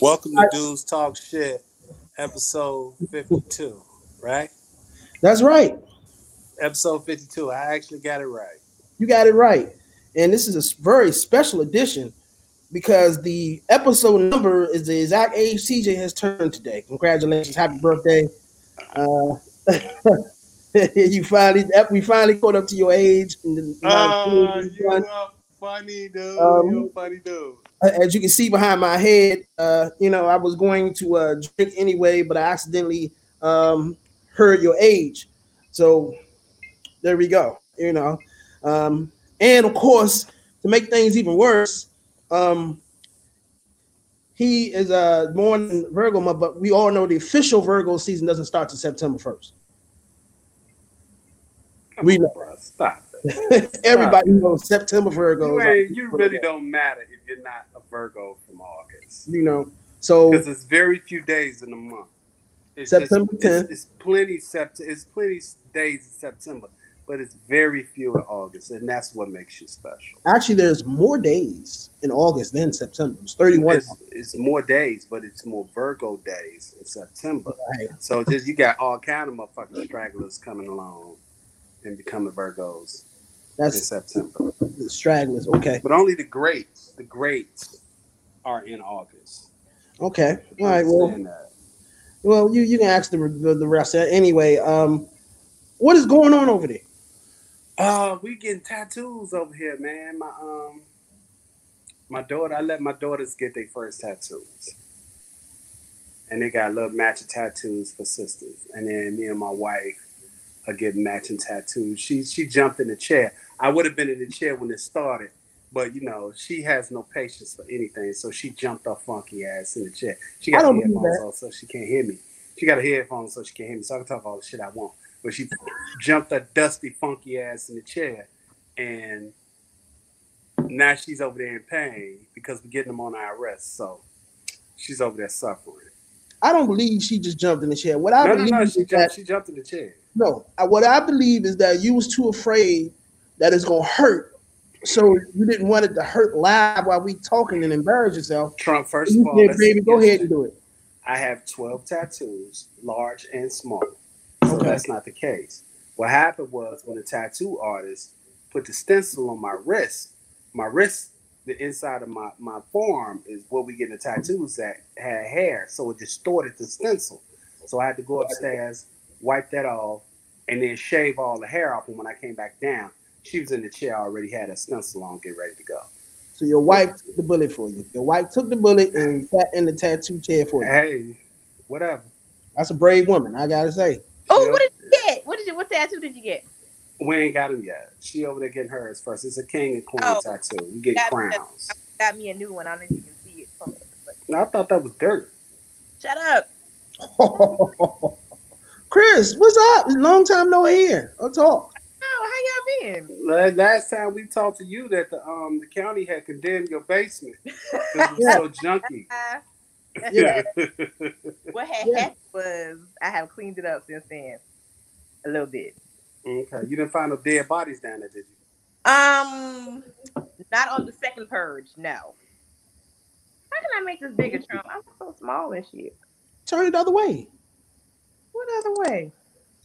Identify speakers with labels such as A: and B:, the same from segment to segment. A: Welcome to Dudes Talk Shit, episode 52, right?
B: That's right.
A: Episode 52. I actually got it right.
B: You got it right. And this is a s- very special edition because the episode number is the exact age CJ has turned today. Congratulations. Happy birthday. Uh, you finally we finally caught up to your age. And the amount
A: Oh,
B: of things
A: you
B: you've done.
A: a funny dude.
B: Um,
A: you a funny dude.
B: Uh, As you can see behind my head, uh, you know, I was going to uh, drink anyway, but I accidentally um, heard your age. So there we go. You know, um, and of course, to make things even worse, um, he is uh, born in Virgo month, but we all know the official Virgo season doesn't start to September first.
A: Come
B: We
A: on,
B: know.
A: bro. Stop it.
B: Everybody knows September Virgo.
A: You,
B: is, like,
A: ain't- you really don't matter if you're not a Virgo from August.
B: you know, so
A: Because there's very few days in the month. It's
B: September
A: just, it's-
B: 10th.
A: It's, plenty sept- it's plenty days in September, but it's very few in August, and that's what makes you special.
B: actually, there's more days in August than September. It's thirty-one.
A: It's, it's more days, but it's more Virgo days in September.
B: Right.
A: So just you got all kind of motherfucking stragglers coming along and becoming Virgos in
B: That's
A: September.
B: the stragglers. Okay.
A: But only the greats, the greats are in August.
B: Okay. All right. Well.
A: Understand that.
B: Well, you, you can ask the, the the rest of that anyway. Um, what is going on over there?
A: Uh, we getting tattoos over here, man. My um, my daughter. I let my daughters get their first tattoos, and they got little matching tattoos for sisters. And then me and my wife are getting matching tattoos. She she jumped in the chair. I would have been in the chair when it started, but you know she has no patience for anything, so she jumped her funky ass in the chair. She
B: I
A: got
B: don't
A: her
B: believe
A: headphones
B: that.
A: on, so she can't hear me. She got her headphones, so she can't hear me. So I can talk all the shit I want. But she jumped her dusty, funky ass in the chair, and now she's over there in pain because we're getting them on our arrest. So she's over there suffering.
B: I don't believe she just jumped in the chair. What I
A: No, no,
B: believe
A: no.
B: is
A: She
B: that
A: jumped. She jumped in the chair.
B: no, I- what I believe is that you was too afraid that it's gonna hurt, so you didn't want it to hurt live while we talking and embarrass yourself.
A: Trump. First of
B: You
A: all,
B: said,
A: let's-
B: baby, go ahead and do it.
A: I have twelve tattoos, large and small. So
B: Okay.
A: that's not the case. What happened was when the tattoo artist put the stencil on my wrist, my wrist, the inside of my, my forearm is where we get the tattoos that had hair. So it distorted the stencil. So I had to go upstairs, wipe that off, and then shave all the hair off. And when I came back down, she was in the chair, already had a stencil on, get ready to go.
B: So your wife took the bullet for you. Your wife took the bullet and sat in the tattoo chair for you.
A: Hey, whatever.
B: That's a brave woman, I gotta say.
C: Oh,
A: Yeah.
C: what did you get? What did you? What tattoo did you get?
A: We ain't got him yet. She over there getting hers first. It's a king and queen
C: Oh.
A: tattoo. We get
C: Got-
A: crowns.
C: Got me a new one. I don't know if you can see it from it. But
A: No, I thought that was dirt.
C: shut up.
B: Chris, what's up? Long time no hear. Let's talk.
C: Oh, how y'all been?
A: La- Last time we talked to you, that the um the county had condemned your basement because it was
B: Yeah.
A: so junky.
C: Uh,
A: Yeah.
C: what had
B: Yeah.
C: happened was I have cleaned it up since then a little bit.
A: okay. You didn't find no dead bodies down there, did you?
C: Um, not on the second purge. No. How can I make this bigger, Trump? I'm so small and shit.
B: Turn it the other way.
C: What other way?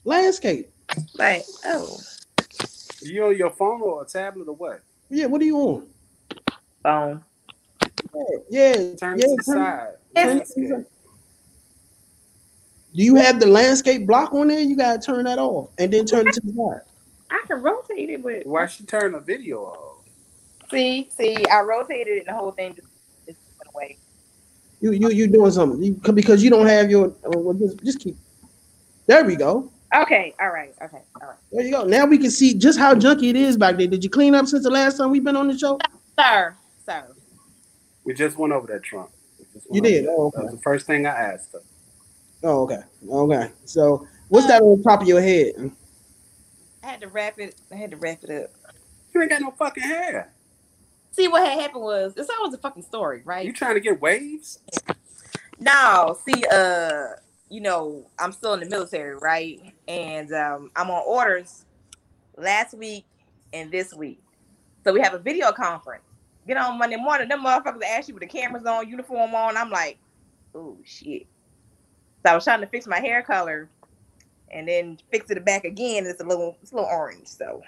B: Landscape.
C: Like, oh,
A: You on your phone or a tablet or what?
B: Yeah, what are you on?
C: phone.
B: Yeah, yeah.
A: Turn
B: yeah,
A: to the
B: turn-
A: side.
C: Yes.
A: Landscape.
B: Do you have the landscape block on there? You gotta turn that off and then turn it to the side.
C: I can rotate it, but
A: Why she turn the video off?
C: see, see, I rotated it, and the whole thing just, just went away.
B: You you you doing something you, because you don't have your uh, well, just, just keep. There we go.
C: Okay, all right, okay, all right.
B: There you go. Now we can see just how junky it is back there. Did you clean up since the last time we've been on the show?
C: Sir, sir.
A: We just went over that Trump. We just went
B: You
A: over
B: did?
A: that.
B: Oh,
A: That
B: okay.
A: was the first thing I asked her.
B: Oh, okay. Okay. So what's that on top of your head?
C: I had to wrap it. I had to wrap it up.
A: You ain't got no fucking hair.
C: See what had happened was it's always a fucking story, right?
A: You trying to get waves?
C: No, see, uh, you know, I'm still in the military, right? And um, I'm on orders last week and this week. So we have a video conference. Get on Monday morning, them motherfuckers ask you with the cameras on, uniform on. I'm like, oh shit. So I was trying to fix my hair color and then fix it back again. It's a little it's a little orange. So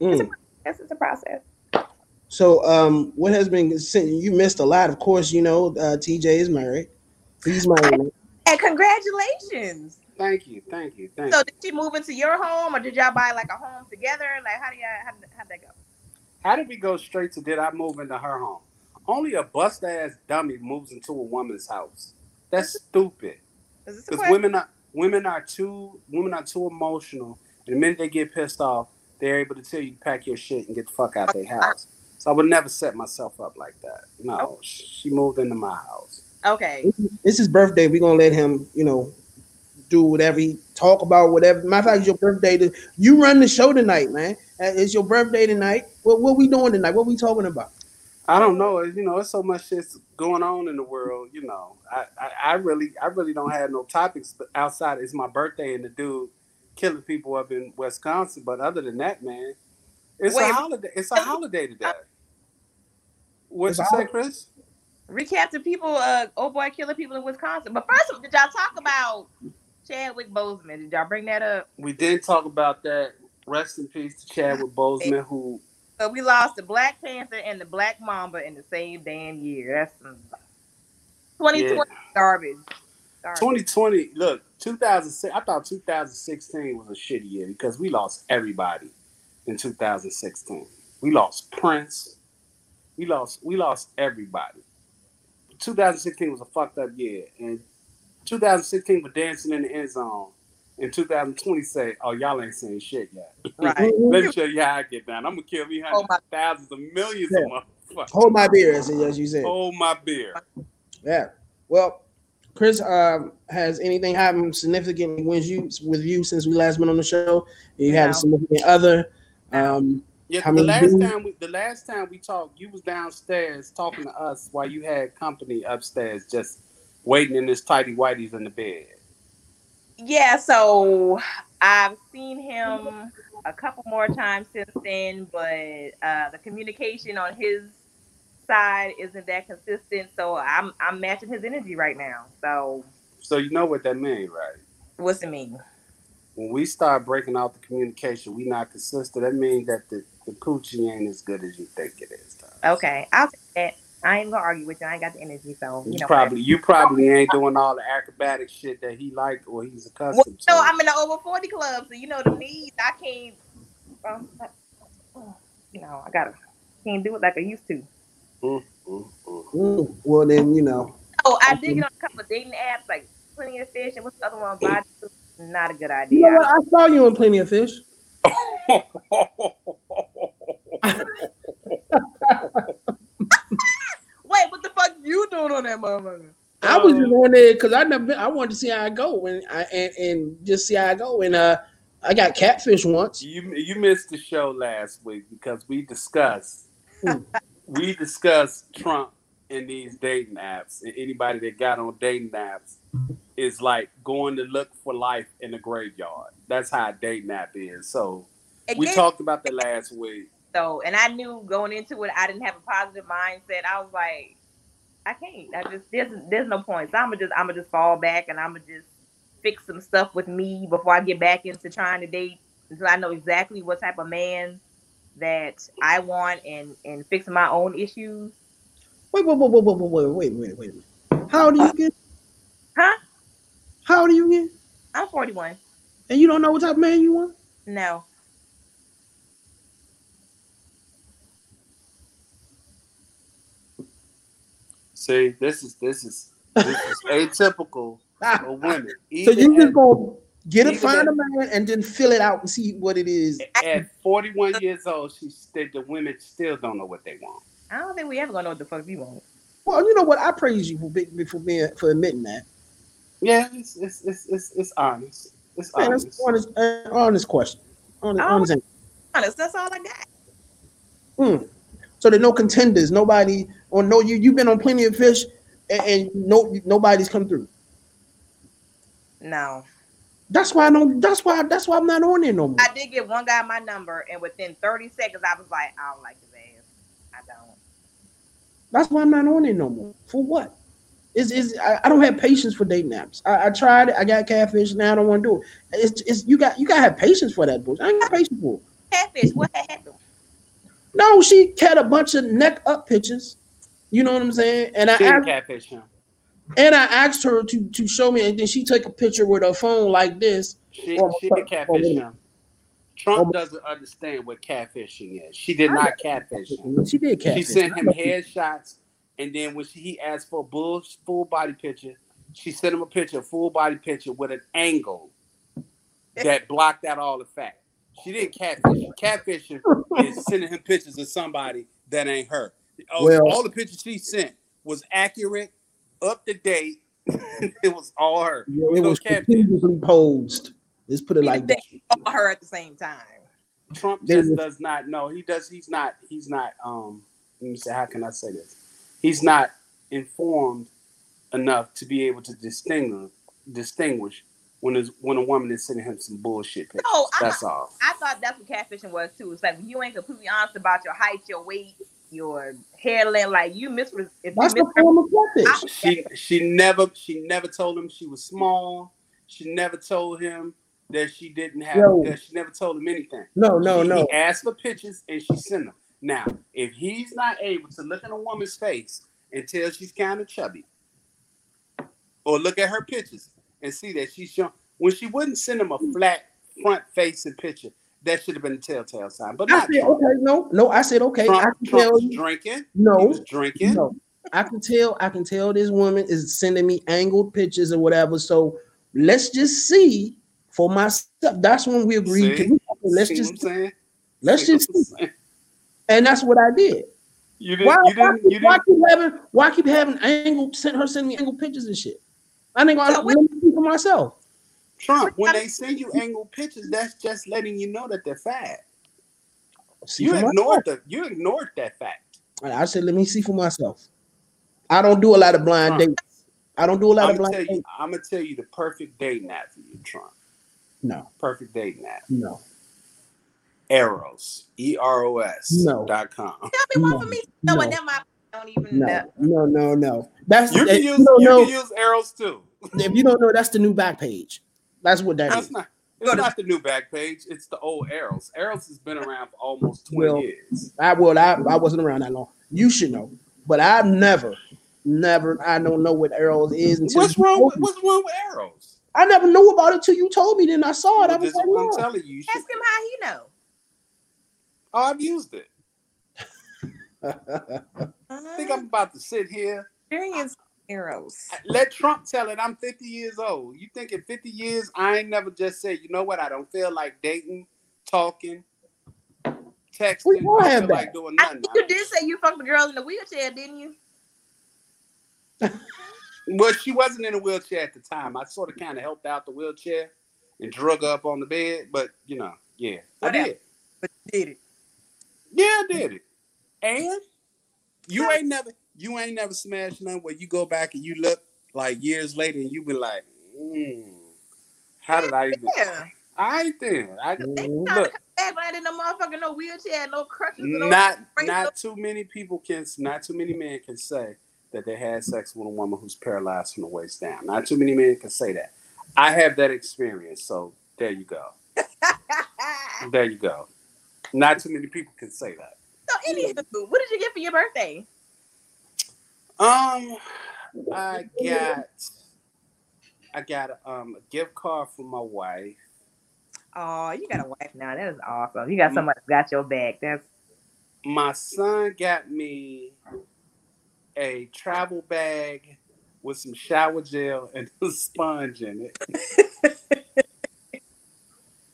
B: Mm.
C: that's it's a process.
B: So, um, what has been sent? You missed a lot, of course. You know, uh, TJ is married. He's married.
C: And congratulations.
A: Thank you, thank you, thank
C: So
A: you.
C: did she move into your home or did y'all buy like a home together? Like how do y'all how did, how'd that go?
A: How did we go straight to did I move into her home? Only a bust ass dummy moves into a woman's house. That's stupid.
C: Is this a
A: Because
C: question?
A: women are women are too women are too emotional, and the minute they get pissed off, they're able to tell you to pack your shit and get the fuck out their house. So I would never set myself up like that. No, she moved into my house.
C: Okay.
B: It's his birthday. We're gonna let him, you know, do whatever he talk about, whatever. Matter of fact, it's your birthday. To, you run the show tonight, man. Uh, It's your birthday tonight. What what we doing tonight? What we talking about?
A: I don't know. it's- You know, it's so much shit's going on in the world. You know, I, I, I really I really don't have no topics outside. It's my birthday and the dude killing people up in Wisconsin. But other than that, man, it's
C: Wait.
A: a holiday. It's a holiday today. What
B: It's
A: you
B: a
A: say,
B: holiday.
A: Chris?
C: Recap to people, uh oh boy killing people in Wisconsin. But first of all, did y'all talk about Chadwick Boseman? Did y'all bring that up?
A: We did talk about that. Rest in peace to Chadwick Bozeman, who
C: So we lost the Black Panther and the Black Mamba in the same damn year. That's some 2020 garbage. Garbage.
A: 2020. Look, 2006. I thought 2016 was a shitty year because we lost everybody in 2016. We lost Prince. We lost. We lost everybody. 2016 was a fucked up year, and 2016 for dancing in the end zone. And 2020 say, "Oh, y'all ain't saying shit yet.
C: Right.
A: Let me show you how I get down. I'm gonna kill me
C: Oh
A: hundreds,
C: my-
A: of thousands of millions of motherfuckers.
B: Hold my beer, as, as you said.
A: Hold my beer."
B: Yeah. Well, Chris, um, has anything happened significant with you with you since we last been on the show? You had
C: No.
B: a significant other. Um,
A: Yeah,
B: How
A: the
B: many
A: last
B: dudes?
A: time we the last time we talked, you was downstairs talking to us while you had company upstairs, just waiting in this tidy whities in the bed.
C: Yeah, so I've seen him a couple more times since then, but uh, the communication on his side isn't that consistent. So I'm I'm matching his energy right now. So
A: So you know what that means, right?
C: what's it mean?
A: When we start breaking out the communication, we not consistent. That means that the, the coochie ain't as good as you think it is. Tom.
C: Okay, I'll take that. I ain't gonna argue with you. I ain't got the energy, so
A: You
C: you know.
A: probably you probably ain't doing all the acrobatic shit that he like or he's
C: whatever. Well,
A: accustomed
C: you know,
A: to.
C: I'm in the over forty club, so you know the needs. I can't. Um, you know, I gotta can't do it like I used to.
A: Mm, mm.
B: mm, well, then you know.
C: Oh, I
B: Okay.
C: did get on a couple of dating apps like Plenty of Fish and what's the other one? Body Suit? Not a good
B: You
C: idea.
B: know what? I saw you in Plenty of Fish.
C: Wait, what the fuck you doing on that motherfucker?
B: I was just on there because I never. Been, I wanted to see how I go and I and, and just see how I go. And uh, I got catfish once.
A: You you missed the show last week because we discussed
B: Hmm.
A: we discussed Trump and these dating apps and anybody that got on dating apps is like going to look for life in the graveyard. That's how a dating app is. So we
C: Again,
A: talked about that last week.
C: so, and I knew going into it, I didn't have a positive mindset. I was like, I can't. I just there's there's no point. So I'm gonna just I'm gonna just fall back and I'm gonna just fix some stuff with me before I get back into trying to date until I know exactly what type of man that I want and and fix my own issues.
B: Wait, wait, wait, wait, wait, wait, wait, wait, wait, wait. How old do you get?
C: Huh?
B: How old do you get?
C: I'm 41.
B: And you don't know what type of man you want?
C: No.
A: See, this is this is this is atypical
B: Ah,
A: of women.
B: so
A: Even
B: you
A: at-
B: just gonna get a
A: even
B: find a
A: at-
B: man and then fill it out and see what it is.
A: at 41 years old, she said the women still don't know what they want.
C: I don't think we ever gonna know what the fuck we want.
B: Well, you know what? I praise you for be- for being for admitting that.
A: Yeah, it's it's it's it's, it's honest. It's
B: Man,
A: honest.
B: that's an honest, uh, honest question. Honest,
C: Oh.
B: honest answer.
C: Honest, that's all I got.
B: So there's no contenders. Nobody or no you. You've been on plenty of fish, and, and no nobody's come through.
C: No.
B: That's why I don't. That's why. That's why I'm not on there no more.
C: I did give one guy my number and within 30 seconds I was like, I don't like his ass. I don't.
B: That's why I'm not on there no more. For what? It's, it's, I, I don't have patience for dating apps. I, I tried it. I got catfish. Now I don't want to do it. It's, it's you got you gotta have patience for that bullshit. I ain't got patience for. it.
C: Catfish, what happened?
B: No, she had a bunch of neck up pictures. You know what I'm saying? And I
A: She didn't
B: asked,
A: catfish him.
B: and I asked her to to show me, and then she take a picture with her phone like this.
A: She,
B: Oh,
A: she
B: my-
A: didn't
B: oh,
A: catfish
B: wait.
A: him. Trump doesn't understand what catfishing is. She did not catfish him.
B: She did
A: She
B: catfish.
A: sent him headshots, and then when she, he asked for a bull, full body picture, she sent him a picture, a full body picture with an angle that blocked out all the fact. She didn't catfish. him. Catfishing is sending him pictures of somebody that ain't her. All,
B: Well-
A: all the pictures she sent was accurate, up to date. it was all her.
B: It
A: No
B: was
A: catfish.
B: continuously posed. Let's put it like
C: Like
B: that.
C: all her at the same time.
A: Trump
B: They
A: just
B: were-
A: does not know. He does. He's not. He's not. Um. Let me say. How can I say this? He's not informed enough to be able to distinguish distinguish when is when a woman is sending him some bullshit pictures.
C: No, I-
A: That's all.
C: I thought that's what catfishing was too. It's like when you ain't completely honest about your height, your weight, your hair length. Like you misre- if
B: That's
C: you
B: the form of catfish.
C: I-
A: She she never she never told him she was small. She never told him that she didn't have.
B: Yo.
A: That she never told him anything.
B: No, no,
A: He-
B: no.
A: He asked for pictures and she sent them. Now, if he's not able to look at a woman's face and tell she's kind of chubby, or look at her pictures and see that she's young, when she wouldn't send him a flat front facing picture, that should have been a telltale sign. But
B: I
A: not
B: said okay, no, no. I said okay. I
A: Trump,
B: can
A: Trump
B: tell
A: was
B: you,
A: drinking. He
B: no,
A: was drinking.
B: no. I can tell. I can tell this woman is sending me angled pictures or whatever. So let's just see for myself. That's when we agreed.
A: See?
B: to- Let's
A: See
B: just
A: what I'm saying?
B: let's
A: See what
B: just,
A: I'm saying?
B: and that's what I did.
A: You didn't. You
B: Why, why,
A: didn't.
B: keep-
A: You
B: why
A: didn't.
B: keep having why keep having angled send her sending me angled pictures and shit? I think I
C: So what-
B: let me see for myself.
A: Trump, when they send you angled pictures, that's just letting you know that they're fat.
B: See
A: You
B: for
A: ignored the. You ignored that fact.
B: myself. I said let me see for myself. I don't do a lot of blind
A: Huh.
B: dates. I don't do a lot
A: I'm
B: of
A: gonna
B: blind
A: tell
B: dates.
A: you. I'm gonna tell you the perfect dating app for you, Trump.
B: No,
A: Perfect dating app.
B: no.
A: Eros. E R O S.
B: No.
A: Dot com.
C: tell me one for
B: No,
C: me. No, and
B: no.
C: then my don't even
B: No, no,
C: know.
B: no, no. That's
A: You
B: if
A: can use.
B: you don't
A: You
B: know.
A: can use Eros too.
B: If you don't know, that's the new back page. That's what that
A: That's
B: is.
A: not. It's not the new back page. It's the old Eros. Eros has been around for almost twenty
B: Well-
A: years.
B: I well, I, I wasn't around that long. You should know, but I never, never. I don't know what arrows is until
A: What's
B: you
A: wrong?
B: told
A: With,
B: me.
A: what's wrong with Eros?
B: I never knew about it till you told me. Then I saw it. I
A: Well, this
B: was
A: is what I'm
B: like, no.
A: telling you. you should,
C: Ask him how he know.
A: oh, I've used it. I think I'm about to sit here.
C: experience arrows.
A: Let Trump tell it. I'm 50 years old. You think in 50 years I ain't never just said, you know what? I don't feel like dating, talking, texting.
B: We all
A: I
B: have
A: feel
B: that.
A: like doing
C: I
A: nothing.
C: think you did say you fucked the girl in the wheelchair, didn't you?
A: Well, she wasn't in a wheelchair at the time. I sort of kind of helped out the wheelchair and drug her up on the bed. But you know, yeah, I
C: Whatever.
A: did.
C: But you did it.
A: Yeah, I did it. And you ain't never, you ain't never smashed none where you go back and you look like years later and you be like, mm, how did I even?
C: Yeah.
A: I ain't there. I
B: Mhm.
C: Trying to
A: look.
C: come back, but I didn't no motherfucker no wheelchair, no crutches, no
A: Not
C: crazy
A: not too many people can. Not too many men can say that they had sex with a woman who's paralyzed from the waist down. Not too many men can say that. I have that experience, so there you go.
C: so
A: There you go. Not too many people can say that.
C: anywho, what did you get for your birthday?
A: Um, I got I got um a gift card from my wife.
C: Oh, you got a wife now. That is awesome. You
A: Mm.
C: got somebody who got your back. That's
A: my son got me a travel bag with some shower gel and a sponge in it.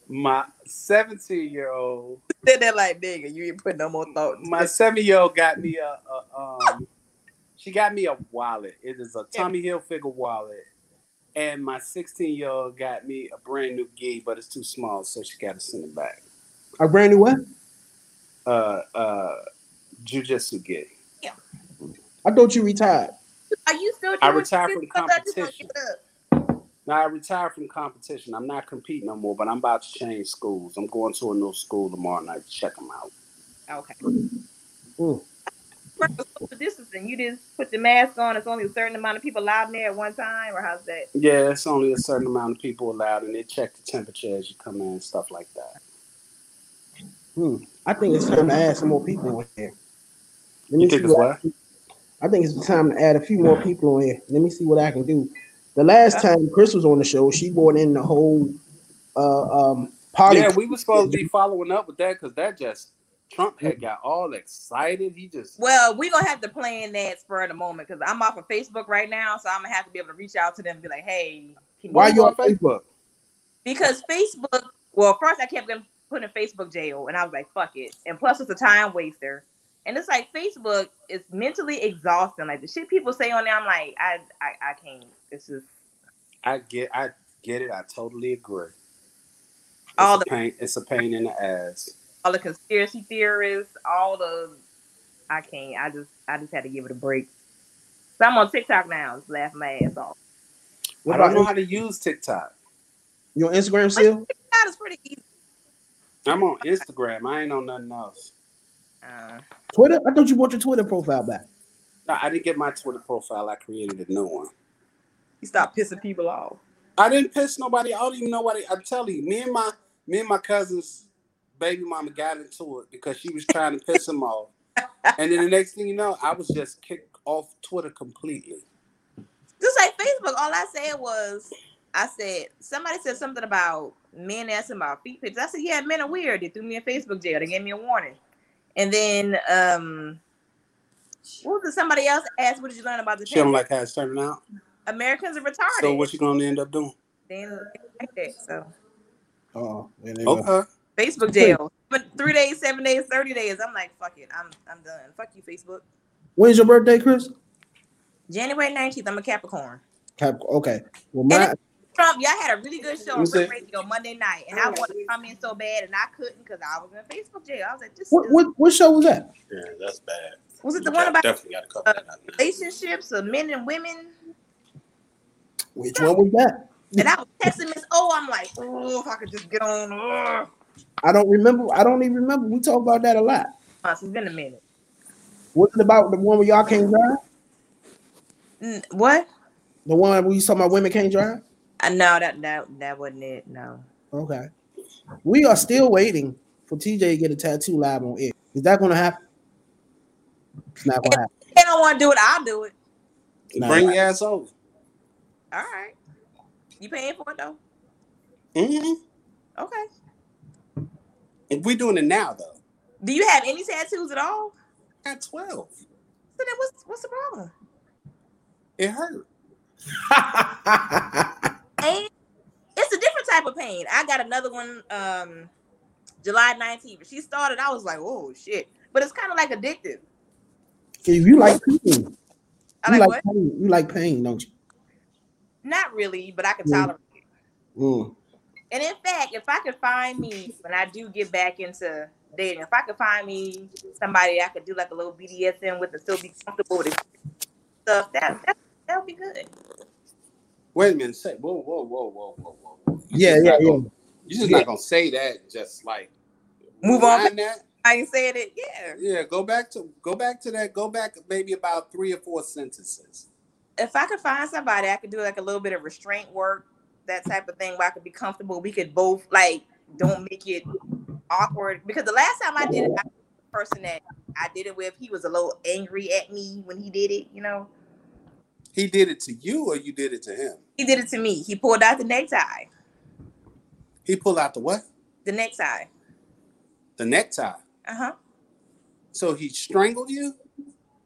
A: my 17 year old,
C: did that like nigga. You ain't put no more thought.
A: my seven year old got me a, a um, she got me a wallet. It is a Tommy Hilfiger wallet. And my 16 year old got me a brand new gi, but it's too small, so she got to send it back.
B: A brand new what?
A: Uh, uh, jujitsu gi.
B: I thought you retired.
C: Are you still doing
A: I retired from
C: this? 'Cause I just don't
A: competition.
C: get up.
A: Now I retired from competition. I'm not competing no more, but I'm about to change schools. I'm going to a new school tomorrow night to check them out.
C: Okay.
B: Mm.
C: right with social distancing? You just put the mask on. It's only a certain amount of people allowed in there at one time, or how's that?
A: Yeah, it's only a certain amount of people allowed, and they check the temperature as you come in and stuff like that.
B: Hmm. I think it's time to add some more people in here. Let me
A: You think
B: see
A: it's
B: what-
A: what?
B: I think it's time to add a few more people on here. Let me see what I can do. The last time Chris was on the show, she brought in the whole uh, um, poly.
A: Yeah, we were supposed to be following up with that because that just Trump had got all excited. He just
C: Well, we're gonna have to plan that spur of the moment because I'm off of Facebook right now, so I'm gonna have to be able to reach out to them and be like, hey, can
B: Why
C: you-
B: you on Facebook?
C: because Facebook, well, first I kept getting put in Facebook jail, and I was like, fuck it. And plus, it's a time waster. And it's like Facebook is mentally exhausting. Like the shit people say on there, I'm like, I, I, I can't. It's just
A: I get I get it. I totally agree. It's
C: All
A: a
C: the-
A: pain. It's a pain in the ass.
C: all the conspiracy theorists, all the, I can't. I just, I just had to give it a break. So I'm on TikTok now, just laughing my ass off.
B: What
A: I don't
B: about
A: know how to use TikTok.
B: You on Instagram still?
C: That is pretty easy.
A: I'm on Instagram. I ain't on nothing else.
C: Uh,
B: Twitter? I thought you brought your Twitter profile back.
A: No, I didn't get my Twitter profile. I created a new one.
C: you stop pissing people off.
A: I didn't piss nobody. I don't even know what I, I'm telling you. Me and my me and my cousin's baby mama got into it because she was trying to piss him off. And then the next thing you know, I was just kicked off Twitter completely.
C: just like Facebook, all I said was, I said somebody said something about men asking about feet pictures. I said, yeah, men are weird. They threw me in Facebook jail. They gave me a warning. And then um, what was it? Somebody else asked, what did you learn about the
A: She don't
C: pandemic?
A: like how it's turning out.
C: Americans are retarded.
A: So what you gonna end up doing?
C: They ain't like that. So
B: Oh,
A: Okay.
C: Facebook jail, but three days, seven days, thirty days. I'm like, fuck it, I'm I'm done. Fuck you, Facebook.
B: When's your birthday, Chris?
C: January 19th, I'm a Capricorn.
B: Cap- Okay. Well, my
C: Trump, y'all had a really good show on
A: You said-
C: Rip Radio Monday night, and I wanted to come in so bad, and I couldn't because I was in Facebook jail. I was like, this
B: what,
C: is-
B: what what show was that?
D: Yeah, that's bad.
C: was it the
D: You
C: one
D: got-
C: about
D: definitely got to
C: Uh,
D: cover that up.
C: relationships of men and women?
B: Which one was that?
C: And I was texting Miss O. I'm like, oh, if I could just get on. ugh."
B: I don't remember. I don't even remember. We talk about that a lot.
C: Uh, it's been a minute.
B: Was it about the one where y'all can't drive?
C: Mm, What?
B: The one where you talking about women can't drive?
C: Uh, no, that that that wasn't it. No.
B: Okay. We are still waiting for TJ to get a tattoo live on air. Is that going to happen? It's not going to happen.
C: They don't want to do it. I'll do it.
B: Nah.
A: Bring your ass over.
C: All right. You paying for it though?
A: hmm
C: Okay.
A: If we're doing it now though,
C: Do you have any tattoos at all?
A: at twelve,
C: So then what's what's the problem?
A: it hurt.
C: pain. It's a different type of pain. I got another one um July 19th. When She started, I was like, oh shit. But it's kind of like addictive.
B: If you like pain, you
C: I like,
B: like,
C: what?
B: pain, you like pain, don't you?
C: Not really, but I can
B: Mm.
C: tolerate it.
B: Mm.
C: And in fact, if I could find me when I do get back into dating, if I could find me somebody I could do like a little BDSM with and still be comfortable with it, stuff, that that that would be good.
A: Wait a minute. Say, whoa, whoa, whoa, whoa, whoa, whoa, whoa. You
B: Yeah,
A: just
B: yeah,
A: not
B: yeah.
A: gonna- You just
B: Yeah.
A: not gonna say that. Just like
C: Move on.
A: rewind That.
C: I ain't saying it. Yeah.
A: Yeah, go back to go back to that. Go back maybe about three or four sentences.
C: if I could find somebody, I could do like a little bit of restraint work, that type of thing, where I could be comfortable. We could both like don't make it awkward because the last time I did it, I, the person that I did it with, he was a little angry at me when he did it. You know,
A: He did it to you, or you did it to him.
C: he did it to me. He pulled out the necktie,
A: He pulled out the what?
C: the necktie.
A: The necktie.
C: Uh huh.
A: So he strangled you.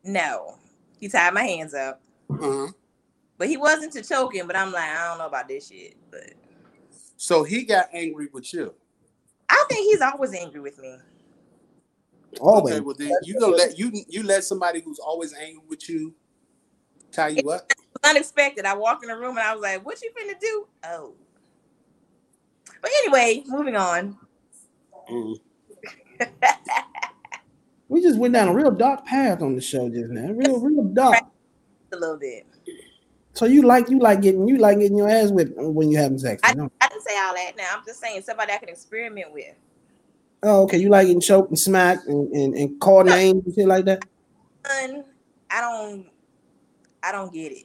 C: No, he tied my hands up,
A: Uh-huh.
C: but he wasn't to choking. But I'm like, I don't know about this shit. But
A: So he got angry with you.
C: I think he's always angry with me.
B: Always. Oh,
A: Okay, well then you gonna let you you let somebody who's always angry with you tie you up.
C: unexpected. I walked in the room and I was like, "What you finna do?" Oh. But anyway, moving on.
A: Mm.
B: We just went down a real dark path on the show just now. Real, real dark.
C: A little bit.
B: So you like you like getting you like getting your ass whipped when you having sex. you know?
C: I didn't say all that. Now I'm just saying somebody I can experiment with.
B: Oh, okay. You like getting choked and smacked and, and, and called names and shit like that.
C: one, I don't, I don't get it.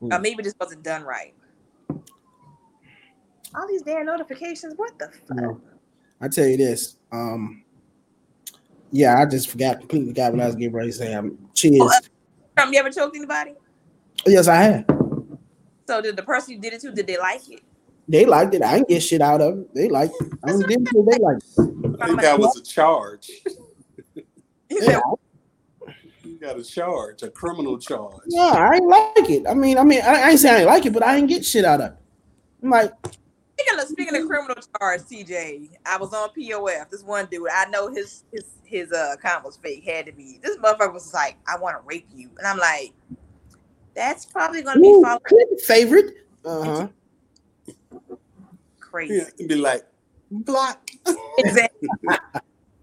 B: Hmm.
C: Or maybe this wasn't done right. All these damn notifications. What the fuck?
B: No. I tell you this. Um, yeah, I just forgot completely forgot what I was getting ready to say. Um, cheers.
C: Oh, uh- Trump, you ever choked anybody?
B: yes, I have.
C: So did the person you did it to? Did they like it?
B: They liked it. I didn't get shit out of it. They liked it. I don't give a shit. They liked it.
A: I think that was a charge.
C: You
B: Yeah,
C: said,
A: You got a charge, a criminal charge.
B: yeah, I ain't like it. I mean, I mean, I, I ain't saying I ain't like it, but I ain't get shit out of it. I'm like,
C: Speaking of, speaking of criminal charge, TJ, I was on POF. This one dude, I know his his his uh account was fake, had to be. This motherfucker was like, "I want to rape you," and I'm like, "That's probably gonna be
B: ooh,
C: followed
B: click favorite. Uh huh.
C: crazy."
A: Yeah, and be like, block.
C: Exactly.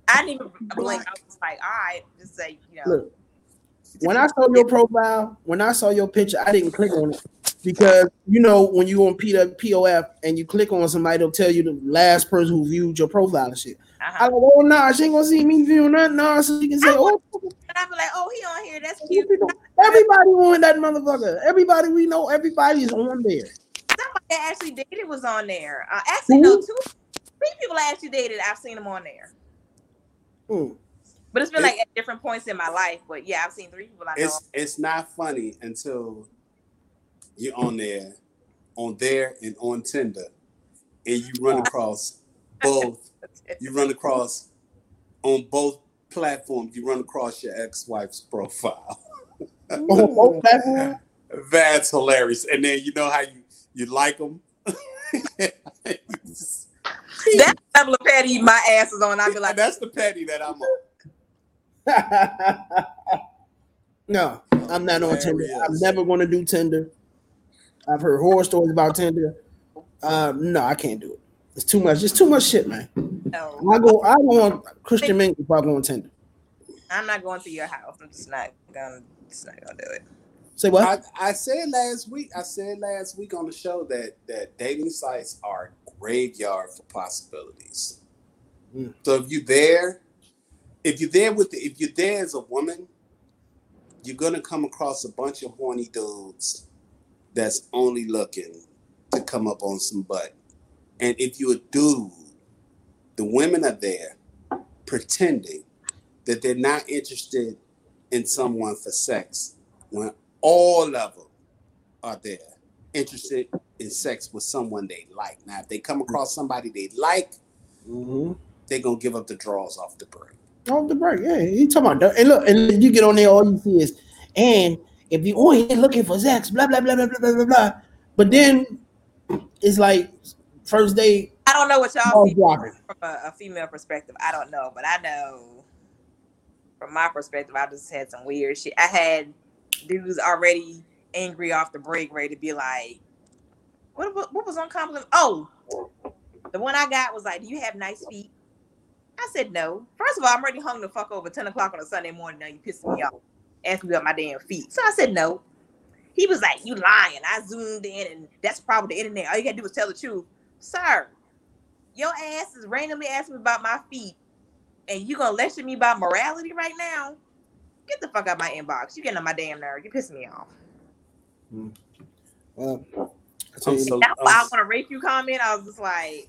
C: I didn't even blink. I was like, "All right, just say you know."
B: Look, when I saw your profile, when I saw your picture, I didn't click on it because you know when you on PW POF and you click on somebody, they'll tell you the last person who viewed your profile and shit. I
C: Uh-huh.
B: like, oh nah, she ain't gonna see me viewing that. Nah, so she can say,
C: I
B: oh,
C: And I'm like, "Oh, he on here. That's cute."
B: everybody on that motherfucker. Everybody we know, everybody's on there.
C: Somebody that actually dated was on there. Uh, actually, no,
B: Who?
C: two, three people I actually dated. I've seen them on there,
B: Mm.
C: but it's been like at different points in my life. But yeah, I've seen three people I know.
A: It's it's not funny until you're on there, on there and on Tinder, and you run across both. You run across on both platforms. You run across your ex-wife's profile.
B: Oh, oh, platform.
A: That's hilarious. And then you know how you you like them.
C: that level of petty my ass is on. I'd be like,
A: that's the petty that I'm on.
B: no, I'm not on Tinder.
A: Hilarious.
B: I'm never going to do Tinder. I've heard horror stories about Tinder. Um, no, I can't do it. It's too much. It's too much shit, man.
C: no,
B: I go. I go on Christian Mingle if I go on Tinder.
C: I'm not going to your house. I'm just not gonna, just not gonna do it.
B: Say what?
A: I, I said last week. I said last week on the show that that dating sites are graveyard for possibilities.
B: Mm.
A: So if you there, if you're there with the, if you're there as a woman, you're gonna come across a bunch of horny dudes that's only looking to come up on some butt. And if you're a dude, the women are there pretending that they're not interested in someone for sex when all of them are there interested in sex with someone they like. Now, if they
B: Mm.
A: come across somebody they like,
B: Mm-hmm.
A: they're gonna give up the draws off the break.
B: Off the break. Yeah, you talking about? that. And look, and you get on there, all you see is, and if you oh here looking for sex, blah blah blah blah blah blah blah blah. But then it's like first day,
C: I don't know what y'all
B: all
C: see
B: blocking.
C: from a, a female perspective. I don't know, but I know from my perspective, I just had some weird shit. I had dudes already angry off the break, ready to be like, "What? What, what was uncomplimented?" Oh, the one I got was like, "Do you have nice feet?" I said no. First of all, I'm already hung the fuck over ten o'clock on a Sunday morning. Now you pissing me off, asking me about my damn feet. So I said no. He was like, "You lying." I zoomed in, and that's probably the internet. All you gotta do is tell the truth, sir. Your ass is randomly asking me about my feet, and you gonna lecture me about morality right now? Get the fuck out my inbox. You getting on my damn nerve. You pissing me off.
A: uh,
B: Well, I tell
A: I'm
B: you,
A: so
C: That's why I
A: I'm,
C: want to rape you comment. I was just like,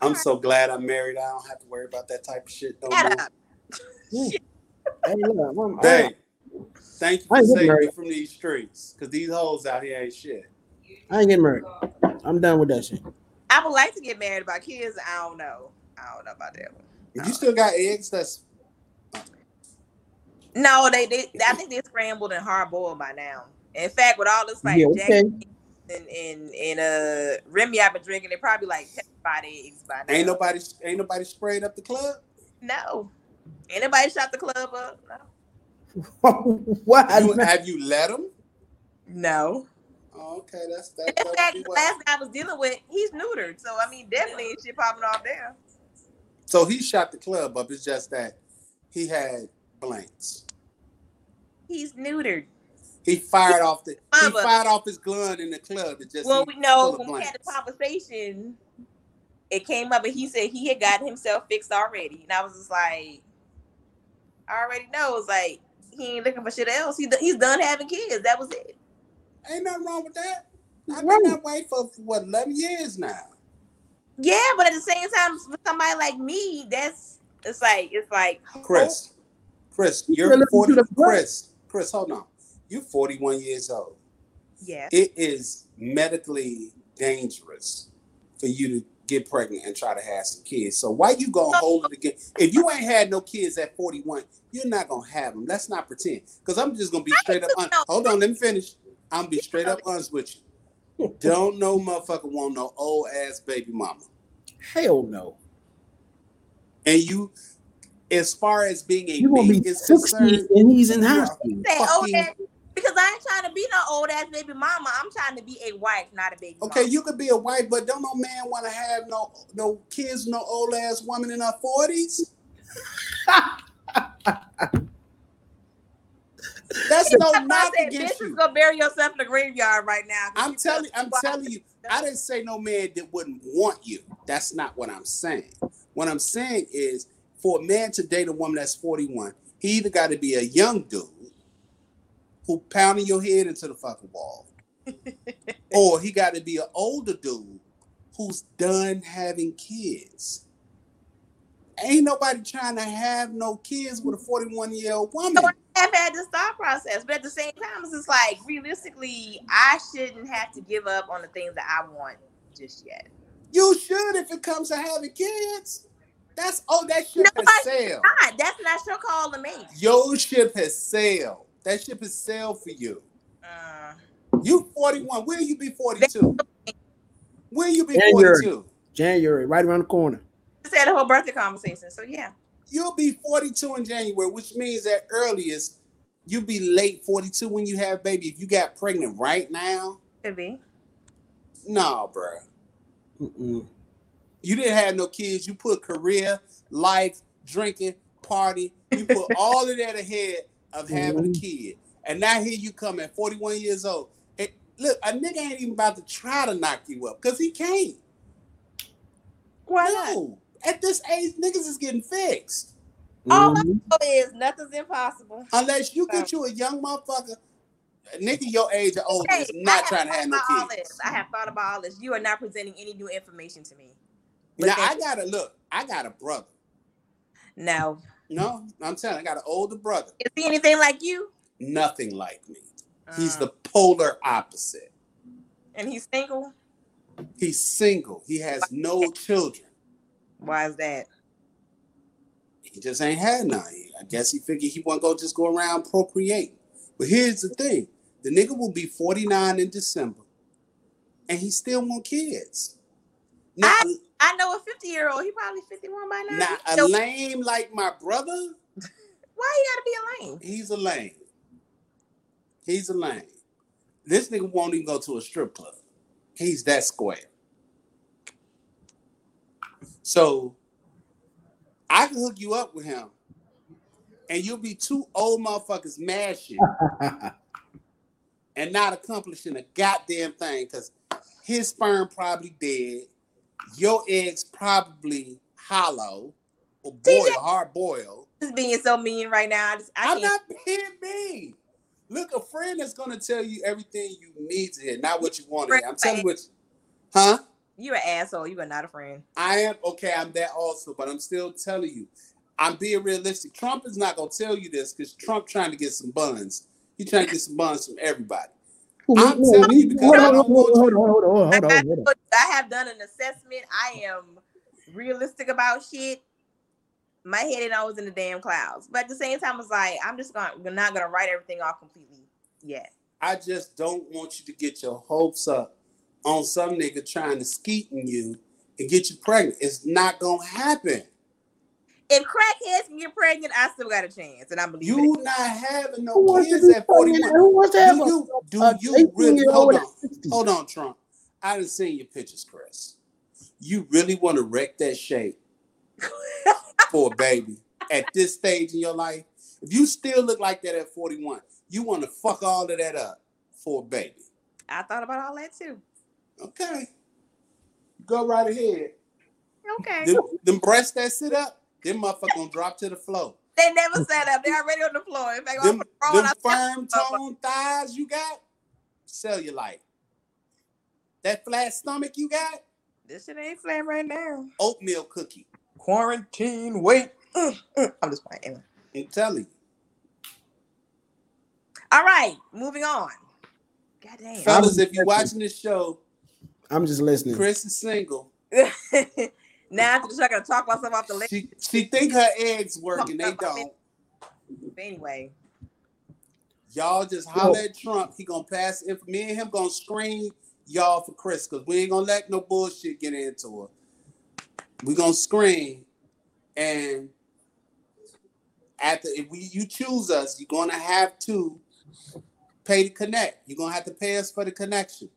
A: I'm so glad I'm married. I don't have to worry about that type of shit no
C: shut
A: more.
C: up.
B: hey, look, I'm-
A: Dang. Thank you
B: I
A: for
B: ain't getting
A: saving me
B: married.
A: from these streets. Cause these hoes out here ain't shit.
B: I ain't getting married. I'm done with that shit.
C: I would like to get married about kids. I don't know. I don't know about that one.
A: If you still got eggs, that's
C: No, they they. I think they scrambled and hard boiled by now. In fact, with all this like
B: yeah, okay.
C: Jack and, and and uh Remy I've been drinking, they probably like petrified eggs by now.
A: ain't nobody ain't nobody sprayed up the club.
C: no. Anybody shot the club up? No.
B: what?
A: Have you, have you let them?
C: No.
A: Oh, okay, that's that.
C: And In
A: that
C: fact,
A: would
C: the
A: be wild.
C: last guy I was dealing with, he's neutered. So I mean, definitely ain't shit popping off there.
A: So he shot the club up. It's just that he had blanks.
C: He's neutered.
A: He fired off the he
C: Mama.
A: fired off his gun in the club. It just
C: Well,
A: he
C: we
A: full
C: know
A: of
C: when we had the
A: blanks.
C: conversation, it came up, and he said he had got himself fixed already, and I was just like, already knows like he ain't looking for shit else. He, he's done having kids. That was it.
A: Ain't nothing wrong with that. I've
B: Right.
A: been that way for what eleven years now.
C: Yeah, but at the same time, for somebody like me, that's it's like it's like
A: Chris, Chris, you're
B: relate to
A: forty.
B: the blood.
A: Chris, Chris, hold on. You're forty-one years old.
C: yeah,
A: It is medically dangerous for you to get pregnant and try to have some kids. So why you gonna hold it again? If you ain't had no kids at forty-one, you're not gonna have them. Let's not pretend. Because I'm just gonna be straight up. Honest. Hold on, let me finish. I'm gonna be straight up honest with you. Don't no motherfucker want no old ass baby mama.
B: Hell no.
A: And you, as far as being a
B: You're gonna
A: man
B: be
A: is
B: sixty
A: concerned,
B: and he's in
A: Yeah.
B: hospital.
C: "Oh, that old
A: fucking-
C: ass, because I ain't trying to be no old ass baby mama. I'm trying to be a wife, not a baby.
A: okay,
C: mama.
A: you could be a wife, but don't no man want to have no no kids, no old ass woman in her forties. That's no
C: I
A: knock
C: said,
A: against
C: bitch is
A: you.
C: gonna bury yourself in the graveyard right now.
A: I'm telling, I'm telling you, I didn't say no man that wouldn't want you. That's not what I'm saying. What I'm saying is, for a man to date a woman that's 41, he either got to be a young dude who pounding your head into the fucking wall, or he got to be an older dude who's done having kids. Ain't nobody trying to have no kids with a 41 year old woman.
C: So I have had this thought process, but at the same time, it's just like realistically, I shouldn't have to give up on the things that I want just yet.
A: You should if it comes to having kids. That's oh, that ship
C: Nobody-
A: has sailed.
C: God, that's not your call to make.
A: Your ship has sailed. That ship has sailed for you.
C: Uh,
A: You 41. Will you be 42? Will you be
B: And you're-
A: 42?
B: January, right around the corner.
C: just had a whole birthday conversation, so yeah.
A: You'll be 42 in January, which means that earliest you'll be late 42 when you have baby. If you got pregnant right now,
C: Could be.
A: no, bruh.
B: Mm-mm.
A: You didn't have no kids. You put career, life, drinking, party. You put all of that ahead of having a kid. And now here you come at 41 years old. And look, a nigga ain't even about to try to knock you up because he can't.
C: Why not?
A: No. At this age, niggas is getting fixed.
C: All I
B: Mhm.
C: know is nothing's impossible.
A: Unless you get you a young motherfucker. A nigga your age or older
C: Hey,
A: is not
C: I
A: trying to
C: thought
A: have no
C: about all
A: kids.
C: this. I have thought about all this. You are not presenting any new information to me. But
A: Now,
C: thank
A: I
C: you.
A: got to look. I got a brother.
C: No.
A: No, I'm telling you, I got an older brother.
C: Is he anything like you?
A: Nothing like me. He's
C: Uh,
A: the polar opposite.
C: and he's single.
A: He's single. He has no children.
C: Why is that?
A: He just ain't had none. I guess he figured he wasn't gonna just go around procreate. But here's the thing: the nigga will be 49 in December, and he still want kids. Now,
C: I know a 50 year old. He probably 51 by now.
A: now
C: He
A: a
C: still-
A: lame like my brother,
C: why you gotta be a lame?
A: he's a lame. He's a lame. This nigga won't even go to a strip club. He's that square. So I can hook you up with him, and you'll be two old motherfuckers mashing and not accomplishing a goddamn thing because his sperm probably dead, your eggs probably hollow or boiled,
C: TJ.
A: hard boiled.
C: Just being so mean right now. I just I
A: I'm
C: can't.
A: not being mean. Look, a friend is gonna tell you everything you need to hear, not what you want to hear. I'm telling you what, huh?
C: You're an asshole. You are not a friend.
A: I am okay. I'm that also, but I'm still telling you, I'm being realistic. Trump is not gonna tell you this because Trump trying to get some buns. He trying to get some buns from everybody. I'm telling you because
B: Hold
A: I
B: on,
A: don't
B: hold on,
A: want you.
B: hold on, hold on, hold on,
C: I,
B: hold on.
C: I have done an assessment. I am realistic about shit. My head ain't always in the damn clouds. But at the same time, it's like I'm just gonna we're not gonna write everything off completely yet.
A: I just don't want you to get your hopes up on some nigga trying to skeet in you and get you pregnant. It's not gonna happen.
C: If crackheads can get pregnant, I still got a chance, and I believe
A: You
C: it.
A: not having
B: Who
A: no
B: wants to
A: kids
B: be
A: at 41.
B: pregnant? Who wants to have
A: do
B: a-
A: you do
B: a
A: you really
B: 18-year-old
A: hold on
B: at 60?
A: hold on Trump? I didn't see your pictures, Chris. You really want to wreck that shape for a baby at this stage in your life? If you still look like that at 41, you want to fuck all of that up for a baby.
C: I thought about all that too.
A: Okay. Go right ahead.
C: Okay.
A: Them, them breasts that sit up, them motherfucker gonna drop to the floor.
C: They never sat up. They already on the floor. In fact,
A: Them,
C: I'm throwing
A: them
C: up.
A: firm toned thighs you got, cellulite. That flat stomach you got,
C: This shit ain't flat right now.
A: oatmeal cookie.
E: Quarantine weight.
C: Mm, I'm just playing. Anyway.
A: I'm telling you.
C: All right, moving on. God damn.
A: Fellas, if you're watching this show,
B: I'm just listening.
A: Chris is single.
C: now I'm just not gonna talk myself off the list.
A: She she think her eggs work and they don't.
C: Anyway,
A: Y'all just holler at Trump. He gonna pass if me and him gonna scream y'all for Chris because we ain't gonna let no bullshit get into her. We gonna scream and after if we you choose us, you're gonna have to pay to connect. You're gonna have to pay us for the connection.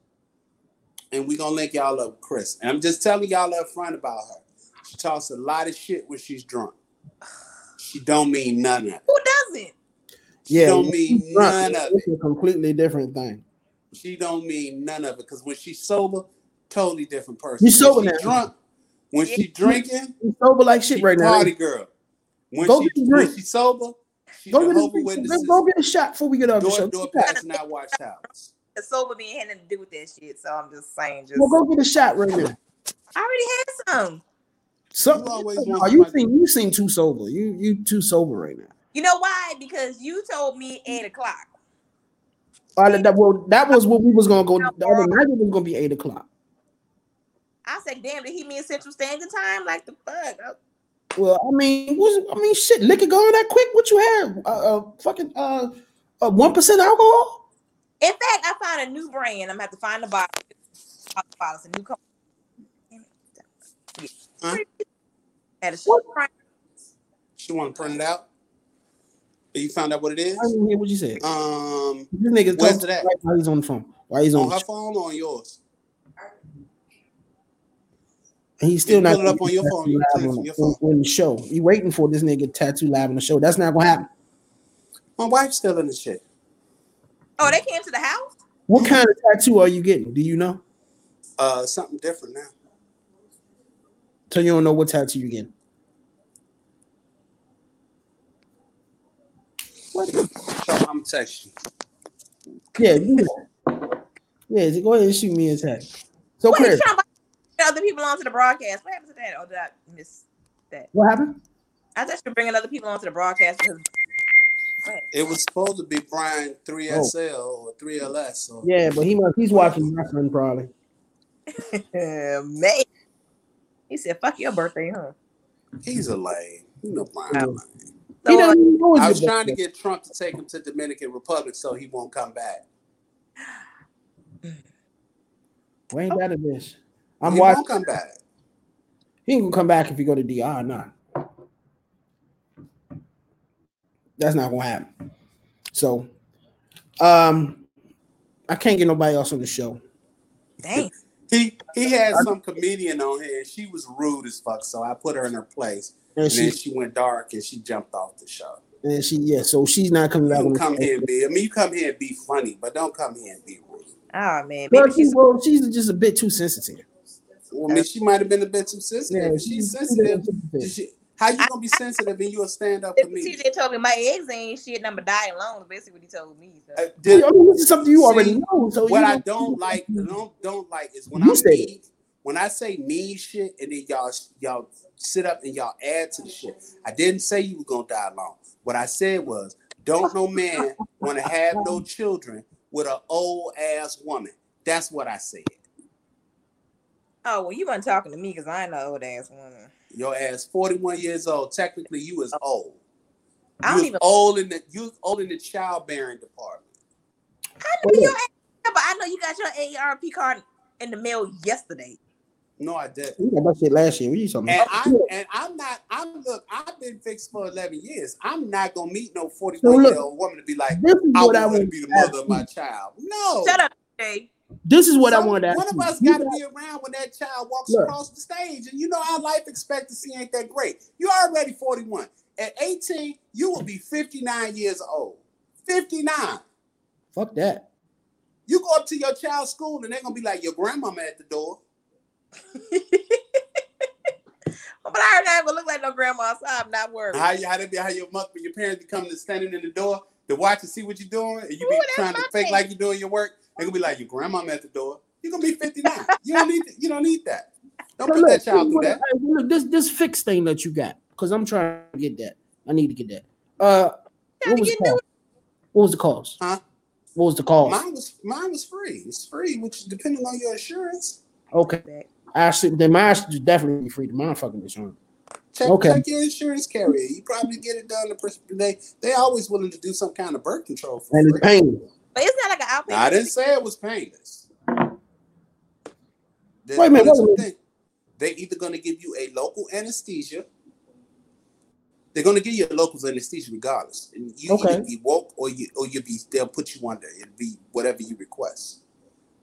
A: And we gonna link y'all up with Chris. And I'm just telling y'all up front about her. She talks a lot of shit when she's drunk. She don't mean none of it.
C: who doesn't?
A: She
B: Yeah,
A: don't mean none of it.
B: It's a completely different thing.
A: she don't mean none of it. Cause when she's sober, totally different person.
B: You sober
A: when she
B: now.
A: drunk. When she drinking,
B: You sober like
A: she
B: shit right now.
A: party girl. When
B: Go
A: she
B: get a
A: when
B: drink.
A: she sober, she's
B: Go
A: a
B: get, a,
A: Jehovah
B: drink.
A: Witness.
B: Let's go get a shot before we get off the
A: Door
B: show.
A: door pass not watch house.
C: The sober being had nothing to do with that shit. So I'm just saying, just
B: Well, go get a shot right now.
C: I already had some.
B: So,
A: You always
B: no,
A: want
B: you
A: somebody-
B: seem you seem too sober. You you too sober right now.
C: You know why? Because you told me eight o'clock.
B: All right, that, well, that was what we was gonna go. The other night it was gonna be eight o'clock.
C: I said, damn, did he mean Central Standard Time? Like the fuck?
B: Well, I mean, was I mean, shit, liquor going that quick? What you have? Uh, uh fucking uh, one alcohol?
C: In fact, I found a new brand. I'm gonna have to find the bottle. Find the bottle. It's a new company.
A: Huh?
C: Had a shit
B: What?
C: brand.
A: She wanna print it out. You found out what it is?
B: I didn't hear what you said.
A: Um
B: This nigga
A: where's Oh,
B: talking
A: it at?
B: while he's on the phone. Why he's on?
A: on her phone or on yours?
B: and he's still
A: You
B: not
A: put it up on your phone, you
B: live
A: can
B: on,
A: your
B: on- on the show. You waiting for this nigga tattoo live on the show? That's not gonna happen.
A: My wife's still in the shit.
C: Oh, they came to the house?
B: What kind of tattoo are you getting? Do you know?
A: Uh something different now.
B: So you don't know what tattoo you getting.
A: So I'm texting. you.
B: Yeah, do that. yeah. just Go ahead and shoot me a tattoo. So
C: What
B: Chris,
C: is trying to get other people onto the broadcast? What happened to that? Oh, did I miss that?
B: what happened?
C: I thought you were bringing other people onto the broadcast because Wait,
A: It was supposed to be Brian 3SL or 3LS or
B: Yeah, but he must, he's watching wrestling probably.
C: uh, man. He said, fuck your birthday, huh?
A: He's a lame. You know Brian.
B: Yeah.
C: So,
B: he
C: uh,
B: doesn't even know it's
A: I
B: your
A: was trying
B: birthday.
A: to get Trump to take him to Dominican Republic so he won't come back.
B: Well, ain't that a bitch? I'm
A: he
B: watching.
A: won't come back.
B: He ain't gonna come back if you go to DR. Nah, that's not gonna happen. So, um, I can't get nobody else on the show.
C: dang.
A: He he had some comedian on here and she was rude as fuck, so I put her in her place.
B: And
A: And then
B: she,
A: she went dark and she jumped off the show.
B: and she, yeah. So she's not coming
A: You
B: back. on
A: don't
B: the
A: come
B: show.
A: here and be I mean you come here and be funny, but don't come here and be rude.
C: Oh, man.
B: Well,
C: Maybe
B: she-
C: she's,
B: well, she's just a bit too sensitive.
A: Well, I mean she might have been a bit too sensitive. If she's sensitive. She, how you gonna be sensitive and you're a stand up comedian?
C: TJ told me my eggs ain't shit and I'm going to die alone. is Basically, what he told me. So.
A: Uh, did-
B: I mean, this is something you already
A: See,
B: know. So
A: what
B: you
A: I don't like, don't don't like is when
B: You
A: I'm
B: said it.
A: mean, when I say mean shit, and then y'all y'all sit up and y'all add to the shit. I didn't say you were gonna die alone. What I said was, don't no man want to have no children with an old ass woman. That's what I said.
C: Oh, well, you weren't talking to me because I ain't no old ass woman.
A: Your ass, forty one years old. Technically, you is old.
C: I
A: You
C: don't
A: is
C: even.
A: old in the you is old in the childbearing department.
C: I know your ass, but I know you got your ARP card in the mail yesterday.
A: No, I didn't.
B: You got that shit last year. What you talking
A: And
B: about?
A: I'm and I'm not. I'm look. I've been fixed for eleven years. I'm not gonna meet no
B: So
A: forty-one
B: look,
A: year old woman to be like,
B: This is
A: I
B: what I
A: want to
B: want.
A: be the
B: to ask
A: mother of my
B: you.
A: child. No.
C: Shut up, Jay.
B: This is what I
A: Some-
B: wanted to ask
A: One of
B: you.
A: us
B: You
A: got to
B: got-
A: be around when that child walks
B: Look.
A: across the stage, and you know our life expectancy ain't that great. You're already forty-one. At eighteen, you will be fifty-nine years old. Fifty-nine.
B: Fuck that.
A: You go up to your child's school, and they're gonna be like, your grandmama at the door.
C: But I already have a look like no grandma, so I'm not worried.
A: How you how that be how your mother your parents be coming and standing in the door to watch and see what you're doing, and you be
C: Ooh, that's
A: trying to
C: my
A: fake
C: thing.
A: like you're doing your work. They gonna be like your grandma at the door. You're gonna be 59. you don't need you don't need that. Don't
B: Hey,
A: put
B: look,
A: that child through
B: look,
A: that.
B: hey, look, this this fix thing that you got, because I'm trying to get that. I need to get that. Uh,
C: Trying
B: what
C: to
B: was
C: get
B: the cost? What was the cost?
A: Huh?
B: What was the cost?
A: Mine was mine was free. It's free, which depending on your insurance.
B: Okay,
C: back.
B: actually, then mine should definitely be free to my fucking insurance.
A: Check
B: Okay.
A: check your insurance carrier. You probably get it done. The person they they always willing to do some kind of birth control for
B: And it's
A: free.
B: painful.
C: But it's not like an outpatient.
A: Now, I didn't say it was painless. That-
B: Wait a minute,
A: that's
B: wait a
A: the thing. They either gonna give you a local anesthesia. They're gonna give you a local anesthesia regardless. And you
B: Okay.
A: either be woke or you or you'll be they'll put you under. It'll be whatever you request.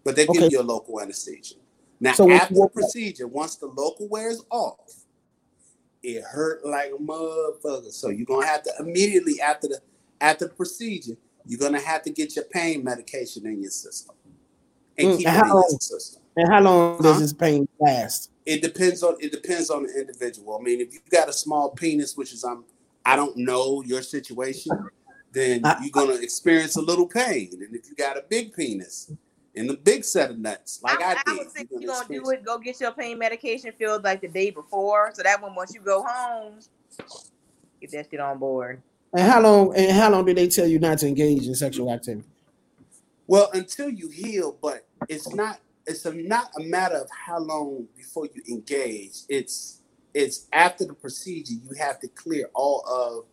A: But they
B: Okay.
A: give you a local anesthesia. Now
B: So it's
A: after the
B: woke up.
A: procedure, once the local wears off, it hurt like a motherfucker. So you're gonna have to immediately after the after the procedure, you're gonna have to get your pain medication in your system and
B: Mm,
A: keep it
B: and
A: in
B: how
A: your
B: long?
A: system.
B: And how long does
A: Huh?
B: this pain last?
A: It depends on it depends on the individual. I mean, if you got a small penis, which is I'm I don't know your situation, then
B: I-
A: you're gonna experience a little pain. And if you got a big penis and a big set of nuts, like I,
C: I, I
A: did,
C: would say
A: you're
C: you
A: gonna
C: gonna do
A: experience.
C: it. Go get your pain medication filled like the day before, so that when once you go home, get that shit on board.
B: And how long? And how long do they tell you not to engage in sexual activity?
A: Well, until you heal, but it's not it's a, not a matter of how long before you engage. It's it's after the procedure you have to clear all of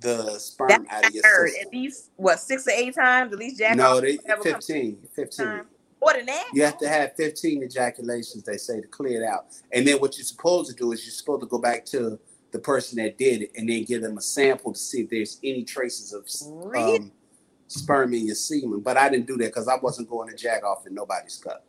A: the
C: That's
A: sperm out
C: what
A: of
C: I
A: your
C: heard
A: system.
C: at least what six or eight times, at least jack
A: No,
C: off
A: they
C: whatever comes
A: 15, 15.
C: time. more than that.
A: You have to have 15 ejaculations, they say, to clear it out. And then what you're supposed to do is you're supposed to go back to the person that did it and then give them a sample to see if there's any traces of
C: Really?
A: um, sperm in your semen. But I didn't do that because I wasn't going to jack off in nobody's cup.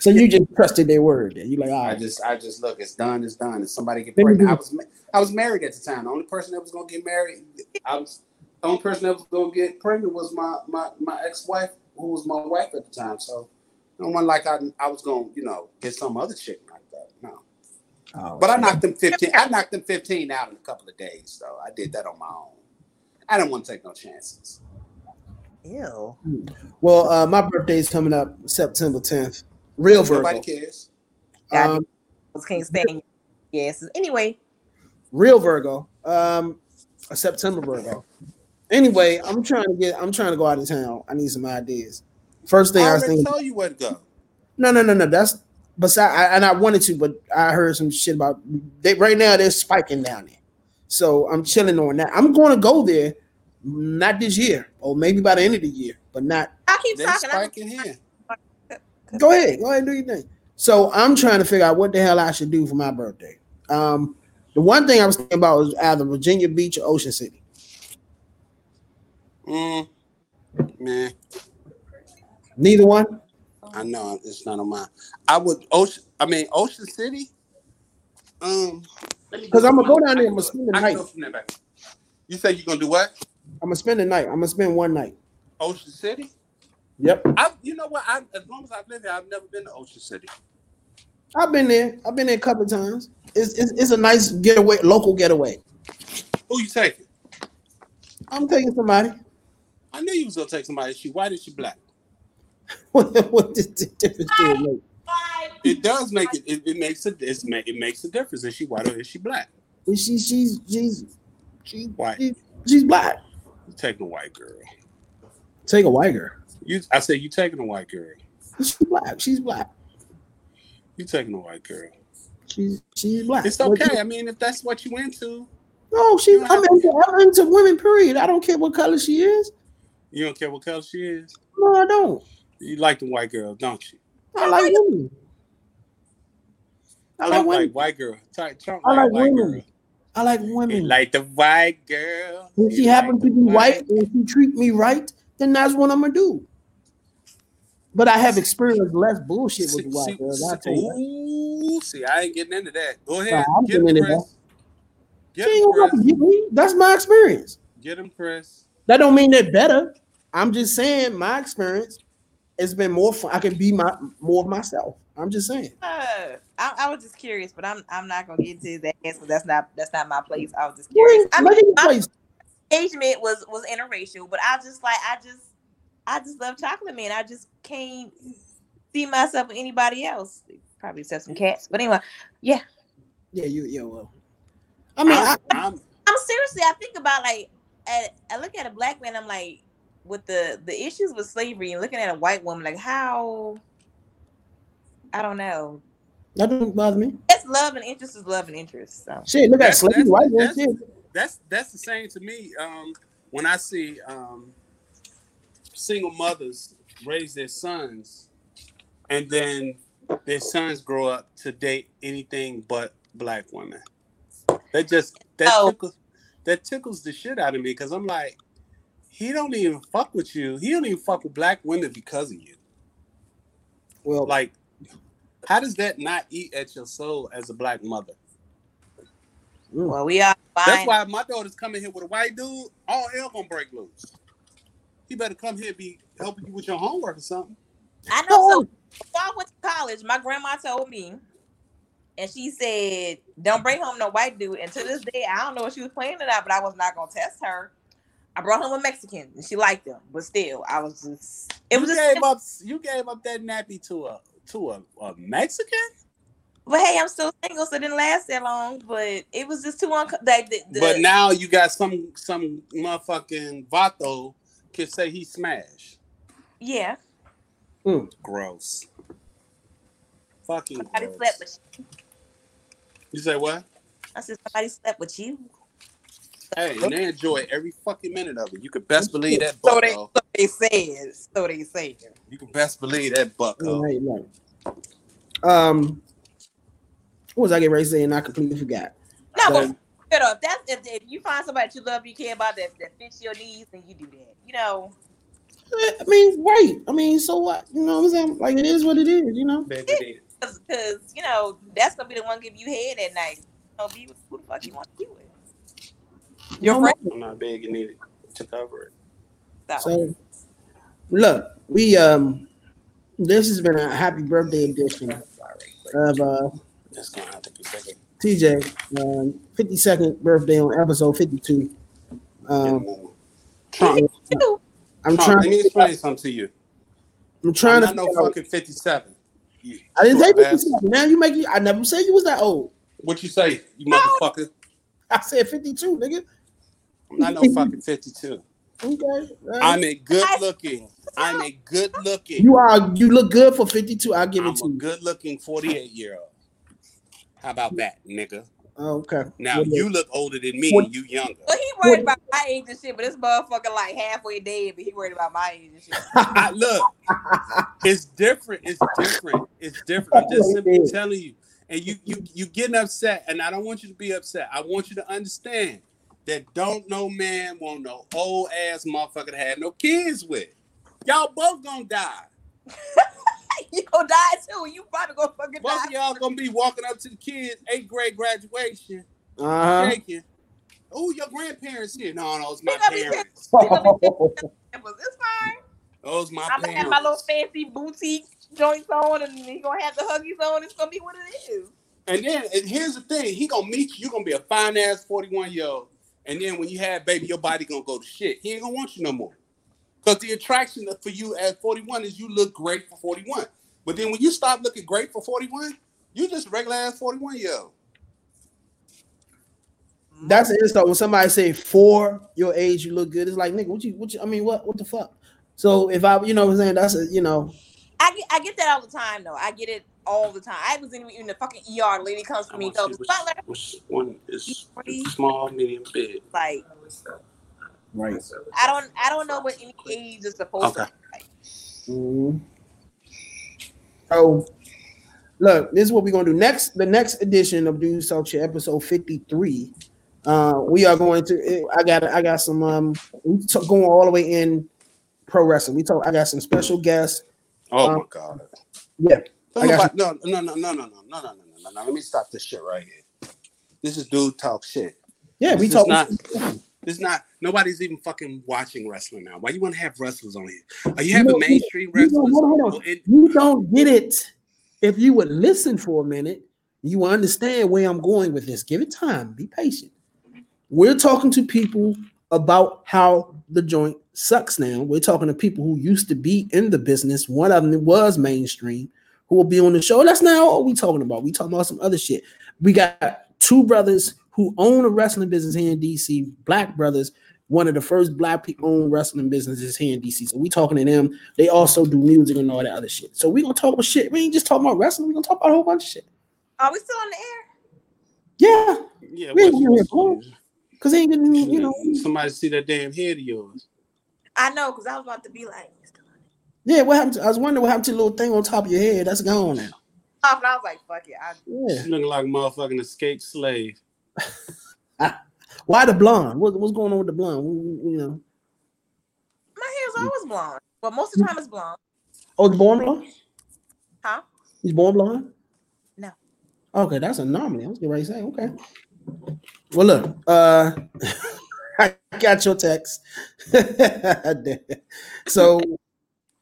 B: so you just trusted their word. then. You like, all
A: I
B: right.
A: just, I just look. It's done. It's done. If somebody get
B: Let me
A: pregnant,
B: do
A: I was, ma- I was married at the time. The only person that was gonna get married, I was, the only person that was gonna get pregnant was my my my ex wife, who was my wife at the time. So, no one like I, I was gonna, you know, get some other chick like that. No,
B: Oh,
A: but I knocked them fifteen. I knocked them fifteen out in a couple of days. So I did that on my own. I didn't want to take no chances. um,
C: Ew.
B: Well, uh, my birthday is coming up September 10th. Real Virgo.
A: Nobody cares.
B: Um,
C: I can't stand yes. Anyway,
B: real Virgo. Um, a September Virgo. Anyway, I'm trying to get. I'm trying to go out of town. I need some ideas. First
A: I
B: thing I, was
A: already
B: thinking.
A: told you where to go.
B: No, no, no, no. That's beside. I, and I wanted to, but I heard some shit about. They right now they're spiking down there, so I'm chilling on that. I'm going to go there, not this year, or maybe by the end of the year, but not
C: I keep
A: They
C: talking. I'm
A: spiking here.
B: go ahead, go ahead, and do your thing. So I'm trying to figure out what the hell I should do for my birthday. Um, the one thing I was thinking about was either Virginia Beach or Ocean City.
A: Mm, man.
B: Neither one.
A: I know it's not on mine. I would Ocean. I mean Ocean City. Um,
B: 'Cause I'ma go down there and I'ma spend the
A: I can
B: night.
A: go from there back. You say you're gonna do what?
B: I'm gonna spend the night. I'm gonna spend one night.
A: Ocean City?
B: Yep.
A: I, you know what? I, as long as I've lived here, I've never been to Ocean City.
B: I've been there. I've been there a couple of times. It's, it's, it's a nice getaway, local getaway.
A: Who you taking?
B: I'm taking somebody.
A: I knew you was gonna take somebody. She white and she black.
B: what what the, the difference do it make?
A: It does make it. It, it makes it. It's make, it makes a difference. Is she white or is she black?
B: Is she she's she's she,
A: White.
B: she she's black.
A: You taking a white girl?
B: Take a white girl.
A: You? I say you taking a white girl.
B: She's black. She's black.
A: You taking a white girl?
B: She's she's black.
A: It's
B: What you-
A: okay. I mean, if that's what you into,
B: No, she.
A: You don't
B: I'm
A: have
B: into, I'm into women. Period. I don't care what color she is.
A: you don't care what color she is.
B: No, I don't.
A: You like the white girl, don't you?
B: I like women. I like
A: Trump like
B: women.
A: white girl. Ty- Trump
B: I like
A: like white
B: women.
A: girl.
B: I like
A: He
B: women.
A: like the white girl.
B: If she
A: He
B: happens
A: like
B: to
A: the
B: be white and she treat me right, then that's what I'm gonna do. But I have experienced less bullshit with
A: See,
B: the white
A: see,
B: girls. I
A: see,
B: tell you.
A: ooh, see, I ain't getting into that. Go ahead,
B: Nah, I'm
A: get him,
B: getting into
A: Chris.
B: That.
A: Get
B: She ain't
A: him,
B: gonna have
A: Chris.
B: to get me. That's my experience.
A: Get him, Chris.
B: That don't mean they're better. I'm just saying my experience. It's been more fun. I can be my more of myself. I'm just saying.
C: Uh, I, I was just curious, but I'm I'm not gonna get into his ass because that's not that's not my place. I was just curious. I mean,
B: Look at your
C: my
B: place.
C: engagement was was interracial, but I just like I just I just love chocolate man. I just can't see myself with anybody else. Probably except some cats, but anyway,
B: Yeah, you. Yeah, well. I mean, I,
A: I'm,
C: I'm seriously. I think about like at, I look at a black man. I'm like with the the issues with slavery and looking at a white woman like how I don't know.
B: that doesn't bother me.
C: It's love and interest is love and interest. So
B: Shit, look at
A: That's-
B: slavery.
A: that's-
B: White women,
A: that's-
B: shit.
A: that's that's the same to me. Um, when I see um, single mothers raise their sons, and then their sons grow up to date anything but black women, that just that
C: Oh.
A: tickles, that tickles the shit out of me because I'm like, he don't even fuck with you. He don't even fuck with black women because of you.
B: Well,
A: Like, how does that not eat at your soul as a black mother?
C: well, we are
A: That's
C: fine.
A: why my daughter's coming here with a white dude. All hell gonna break loose. He better come here and be helping you with your homework or something.
C: I know. So before I went to college, my grandma told me, and she said, "Don't bring home no white dude." And to this day, I don't know if she was playing or not, but I was not gonna test her. I brought home a Mexican, and she liked him, but still, I was just. It was
A: you
C: just.
A: gave up. You gave up that nappy to a to a, a Mexican.
C: But hey, I'm still single, so it didn't last that long. But it was just too uncomfortable. Like, the, the,
A: But now you got some some motherfucking vato can say he smashed.
C: yeah,
A: Gross. Fucking
C: somebody
A: gross.
C: slept with
A: You say what?
C: you. I said somebody slept with you.
A: Hey, and they enjoy every fucking minute of it. You can best believe that
C: So they,
A: bucko.
C: so they said. So they said.
A: You can best believe that
B: Yeah,
A: bucko.
B: right, right. Um, what was I getting ready to say? And I completely forgot.
C: No, but
B: Right.
C: you know, if that's if, if you find somebody that you love, you care about that that fits your needs, then you do that. You know,
B: I I mean, right. I mean, so what? You know what I'm saying? Like, it is what it is, you know?
A: Baby, did.
C: because you know that's gonna be the one give you head at night. You know, be with who the fuck you want to be with.
B: Your
C: friend-
A: I'm not big and need to cover it.
C: So,
B: So, look, we, um, this has been a happy birthday edition of uh,
A: It's gonna have to be bigger.
B: TJ, um, 52nd birthday on episode 52. Um,
A: Trump,
C: too.
B: I'm
A: Trump, let
B: trying,
A: me explain something to you.
B: I'm trying to,
A: I'm not
B: figure
A: no
B: out-
A: fucking 57. You-
B: I didn't
A: you
B: say
A: a bastard.
B: 57. Now you make you, I never said you was that old.
A: What you say, you
C: No.
A: motherfucker?
B: I said 52, nigga.
A: I'm not no fucking 52.
B: Okay. all right.
A: I'm a good looking. I'm a good looking.
B: You are you look good for 52. I'll give
A: I'm
B: it to
A: a
B: you.
A: good looking 48 year old. How about that, nigga?
B: Oh, okay.
A: Now
B: What
A: you look older than me and you younger.
C: Well, he worried about my age and shit, but this motherfucker like halfway dead, but he worried about my age and shit.
A: I look. It's different. It's different. It's different. I'm just simply telling you. And you you you getting upset, and I don't want you to be upset. I want you to understand that don't no man want no old ass motherfucker to have no kids with. Y'all both gonna die.
C: you gonna die too. You probably gonna fucking
A: Both of
C: die.
A: y'all gonna be walking up to the kids, eighth grade graduation,
B: Uh
A: shaking. Oh, your grandparents here. No, no, it's
C: They
A: my
C: gonna be
A: parents.
B: huh.
C: It was- It's fine.
A: Those my
C: I'm gonna have my little
A: parents.
C: fancy boutique joints on, and he gonna have the huggies on. It's gonna be what it is.
A: And then and here's the thing: he gonna meet you. You gonna be a fine ass forty one year old. And then when you have baby, your body gonna go to shit. He ain't gonna want you no more. Cause the attraction for you at forty one is you look great for forty one. But then when you stop looking great for forty one, you just a regular ass forty one year old.
B: That's an insult. When somebody say for your age you look good, it's like nigga, what you what you I mean what what the fuck? So if I you know what I'm saying, that's a you know
C: I get, I get that all the time though. I get it all the time. I was in, in the fucking ER. The lady comes to me, and goes, Butler,
A: one is small, medium, big.
C: like
B: right.
C: I don't, I don't know what any age is supposed
A: Okay.
C: to. Be like.
B: Mhm. So look, this is what we're gonna do. Next, the next edition of Dude Culture, episode 53. Uh, we are going to I got I got some um we t- going all the way in pro wrestling. We talk I got some special guests.
A: Oh
B: Um,
A: my god.
B: Yeah.
A: Don't
B: I got
A: nobody- no, no, no, no, no, no, no, no, no, no, no. Let me stop this shit right here. This is dude talk shit.
B: Yeah,
A: This
B: we
A: is
B: talk
A: not- It's not nobody's even fucking watching wrestling now. Why you want to have wrestlers on here? Are you having
B: No,
A: mainstream
B: you don't-
A: wrestlers?
B: hold on, hold on.
A: Well, it-
B: you don't get it. If you would listen for a minute, you will understand where I'm going with this. Give it time, be patient. We're talking to people about how the joint sucks now. We're talking to people who used to be in the business. One of them was mainstream, who will be on the show. That's not all we talking about. We talking about some other shit. We got two brothers who own a wrestling business here in DC, black brothers, one of the first black pe- owned wrestling businesses here in DC. So we talking to them. They also do music and all that other shit. So we gonna talk about shit. We ain't just talking about wrestling. We gonna talk about a whole bunch of shit.
C: Are we still on the air?
B: Yeah,
A: Yeah,
B: We ain't
A: what-
B: gonna hear Paul. cause they ain't getting you know.
A: somebody see that damn head of yours.
C: I know, because I was about to be like,
B: Yeah, what happened? To, I was wondering what happened to the little thing on top of your head. That's gone now.
C: off, and I was like, fuck it. I,
B: Yeah.
A: She looking like a motherfucking escaped slave.
B: Why the blonde? What, what's going on with the blonde? Wh- wh- You know.
C: my hair's always blonde. Well, most of the time it's blonde.
B: Oh, the born blonde?
C: Huh?
B: He's born blonde?
C: No.
B: Okay, that's an anomaly. I was getting ready to say, okay. Well, look, uh, I got your text. so,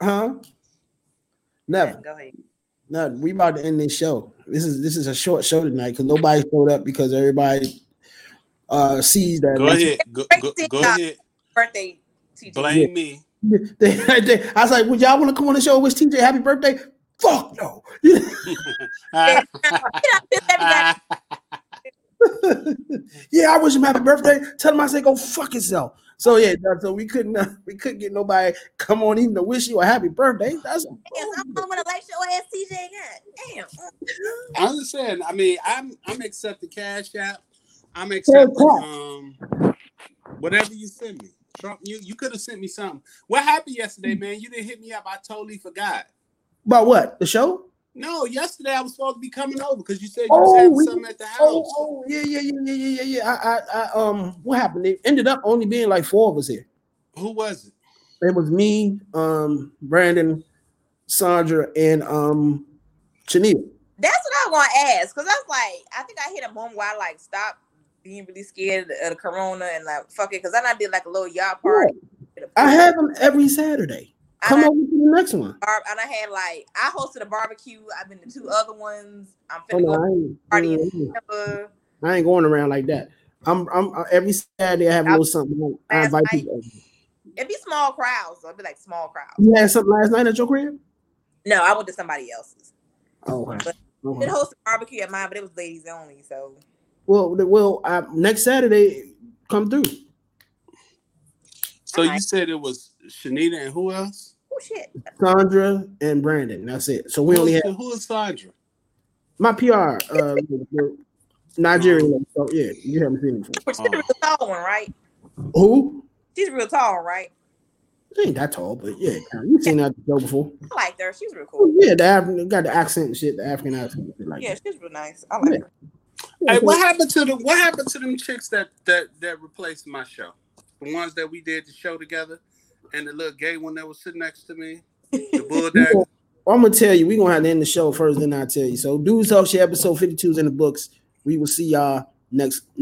B: huh? Never.
C: Go ahead.
B: No, we about to end this show. This is this is a short show tonight because nobody showed up because everybody uh sees that.
A: Go ahead. Go, go, go ahead.
C: Birthday, TJ.
A: Blame me.
B: They- they- I was like, "Would y'all want to come on the show? Wish TJ happy birthday." Fuck no. yeah, I wish him happy birthday. Tell him I said go fuck himself. So yeah, that- so we couldn't uh, we couldn't get nobody come on even to wish you a happy birthday. That's
C: Damn, I'm going to let your ass TJ again. Damn.
A: I'm just saying. I mean, I'm I'm accepting Cash App. I'm accepting
B: Cash.
A: um whatever you send me. Trump, you you could have sent me something. What happened
B: Mm.
A: yesterday, man? You didn't hit me up. I totally forgot.
B: about what the show.
A: No, yesterday I was supposed to be coming over because you said you
B: Oh,
A: was having
B: we-
A: something at the house.
B: Oh, oh yeah yeah yeah yeah yeah yeah yeah. I, I I um what happened? It ended up only being like four of us here.
A: Who was it?
B: It was me, um Brandon, Sandra, and um Chanel.
C: That's what I want to ask because I was like, I think I hit a moment where I like stopped being really scared of the corona and like fuck it because then I did like a little yacht party.
B: I have them every Saturday. Come
C: and I,
B: over to the next one.
C: bar- and I had like I hosted a barbecue. I've been to two other ones. I'm
B: Oh,
C: finna
B: no,
C: go
B: I
C: to
B: ain't-
C: party in
B: mm,
C: September.
B: I ain't going around like that. I'm, I'm I- every Saturday I have a little something. I
C: Last
B: invite
C: night-
B: people. over.
C: It'd be small crowds. So it'd be like small crowds.
B: You had something last night at your crib?
C: No, I went to somebody else's.
B: Oh, okay.
C: Did
B: Okay.
C: host a barbecue at mine, but it was ladies only. So
B: well, the- well, I, next Saturday come through.
A: So you
C: Alright.
A: said it was Shanita and who else?
C: oh shit,
B: Sandra and Brandon. That's it. So we
A: Who
B: only
A: is,
B: have
A: who is Sandra?
B: my PR. Uh, Nigeria. So yeah, you haven't seen it before.
C: But she's a real tall one, right?
B: Who?
C: She's real tall, right?
B: She ain't that tall, but yeah, you seen that show before.
C: I liked her. She's real
B: Oh,
C: cool.
B: yeah, the Af- got the accent and shit, the African accent, and shit like
C: Yeah,
B: that.
C: she's real nice. I like her.
A: Hey, what happened to the what happened to them chicks that that that replaced my show? The ones that we did the show together, and the little gay one that was sitting next to me, the bulldog.
B: I'm gonna tell you, we're gonna have to end the show first, then I'll tell you. So, dudes, Talk Shit, episode 52 is in the books. We will see y'all next next.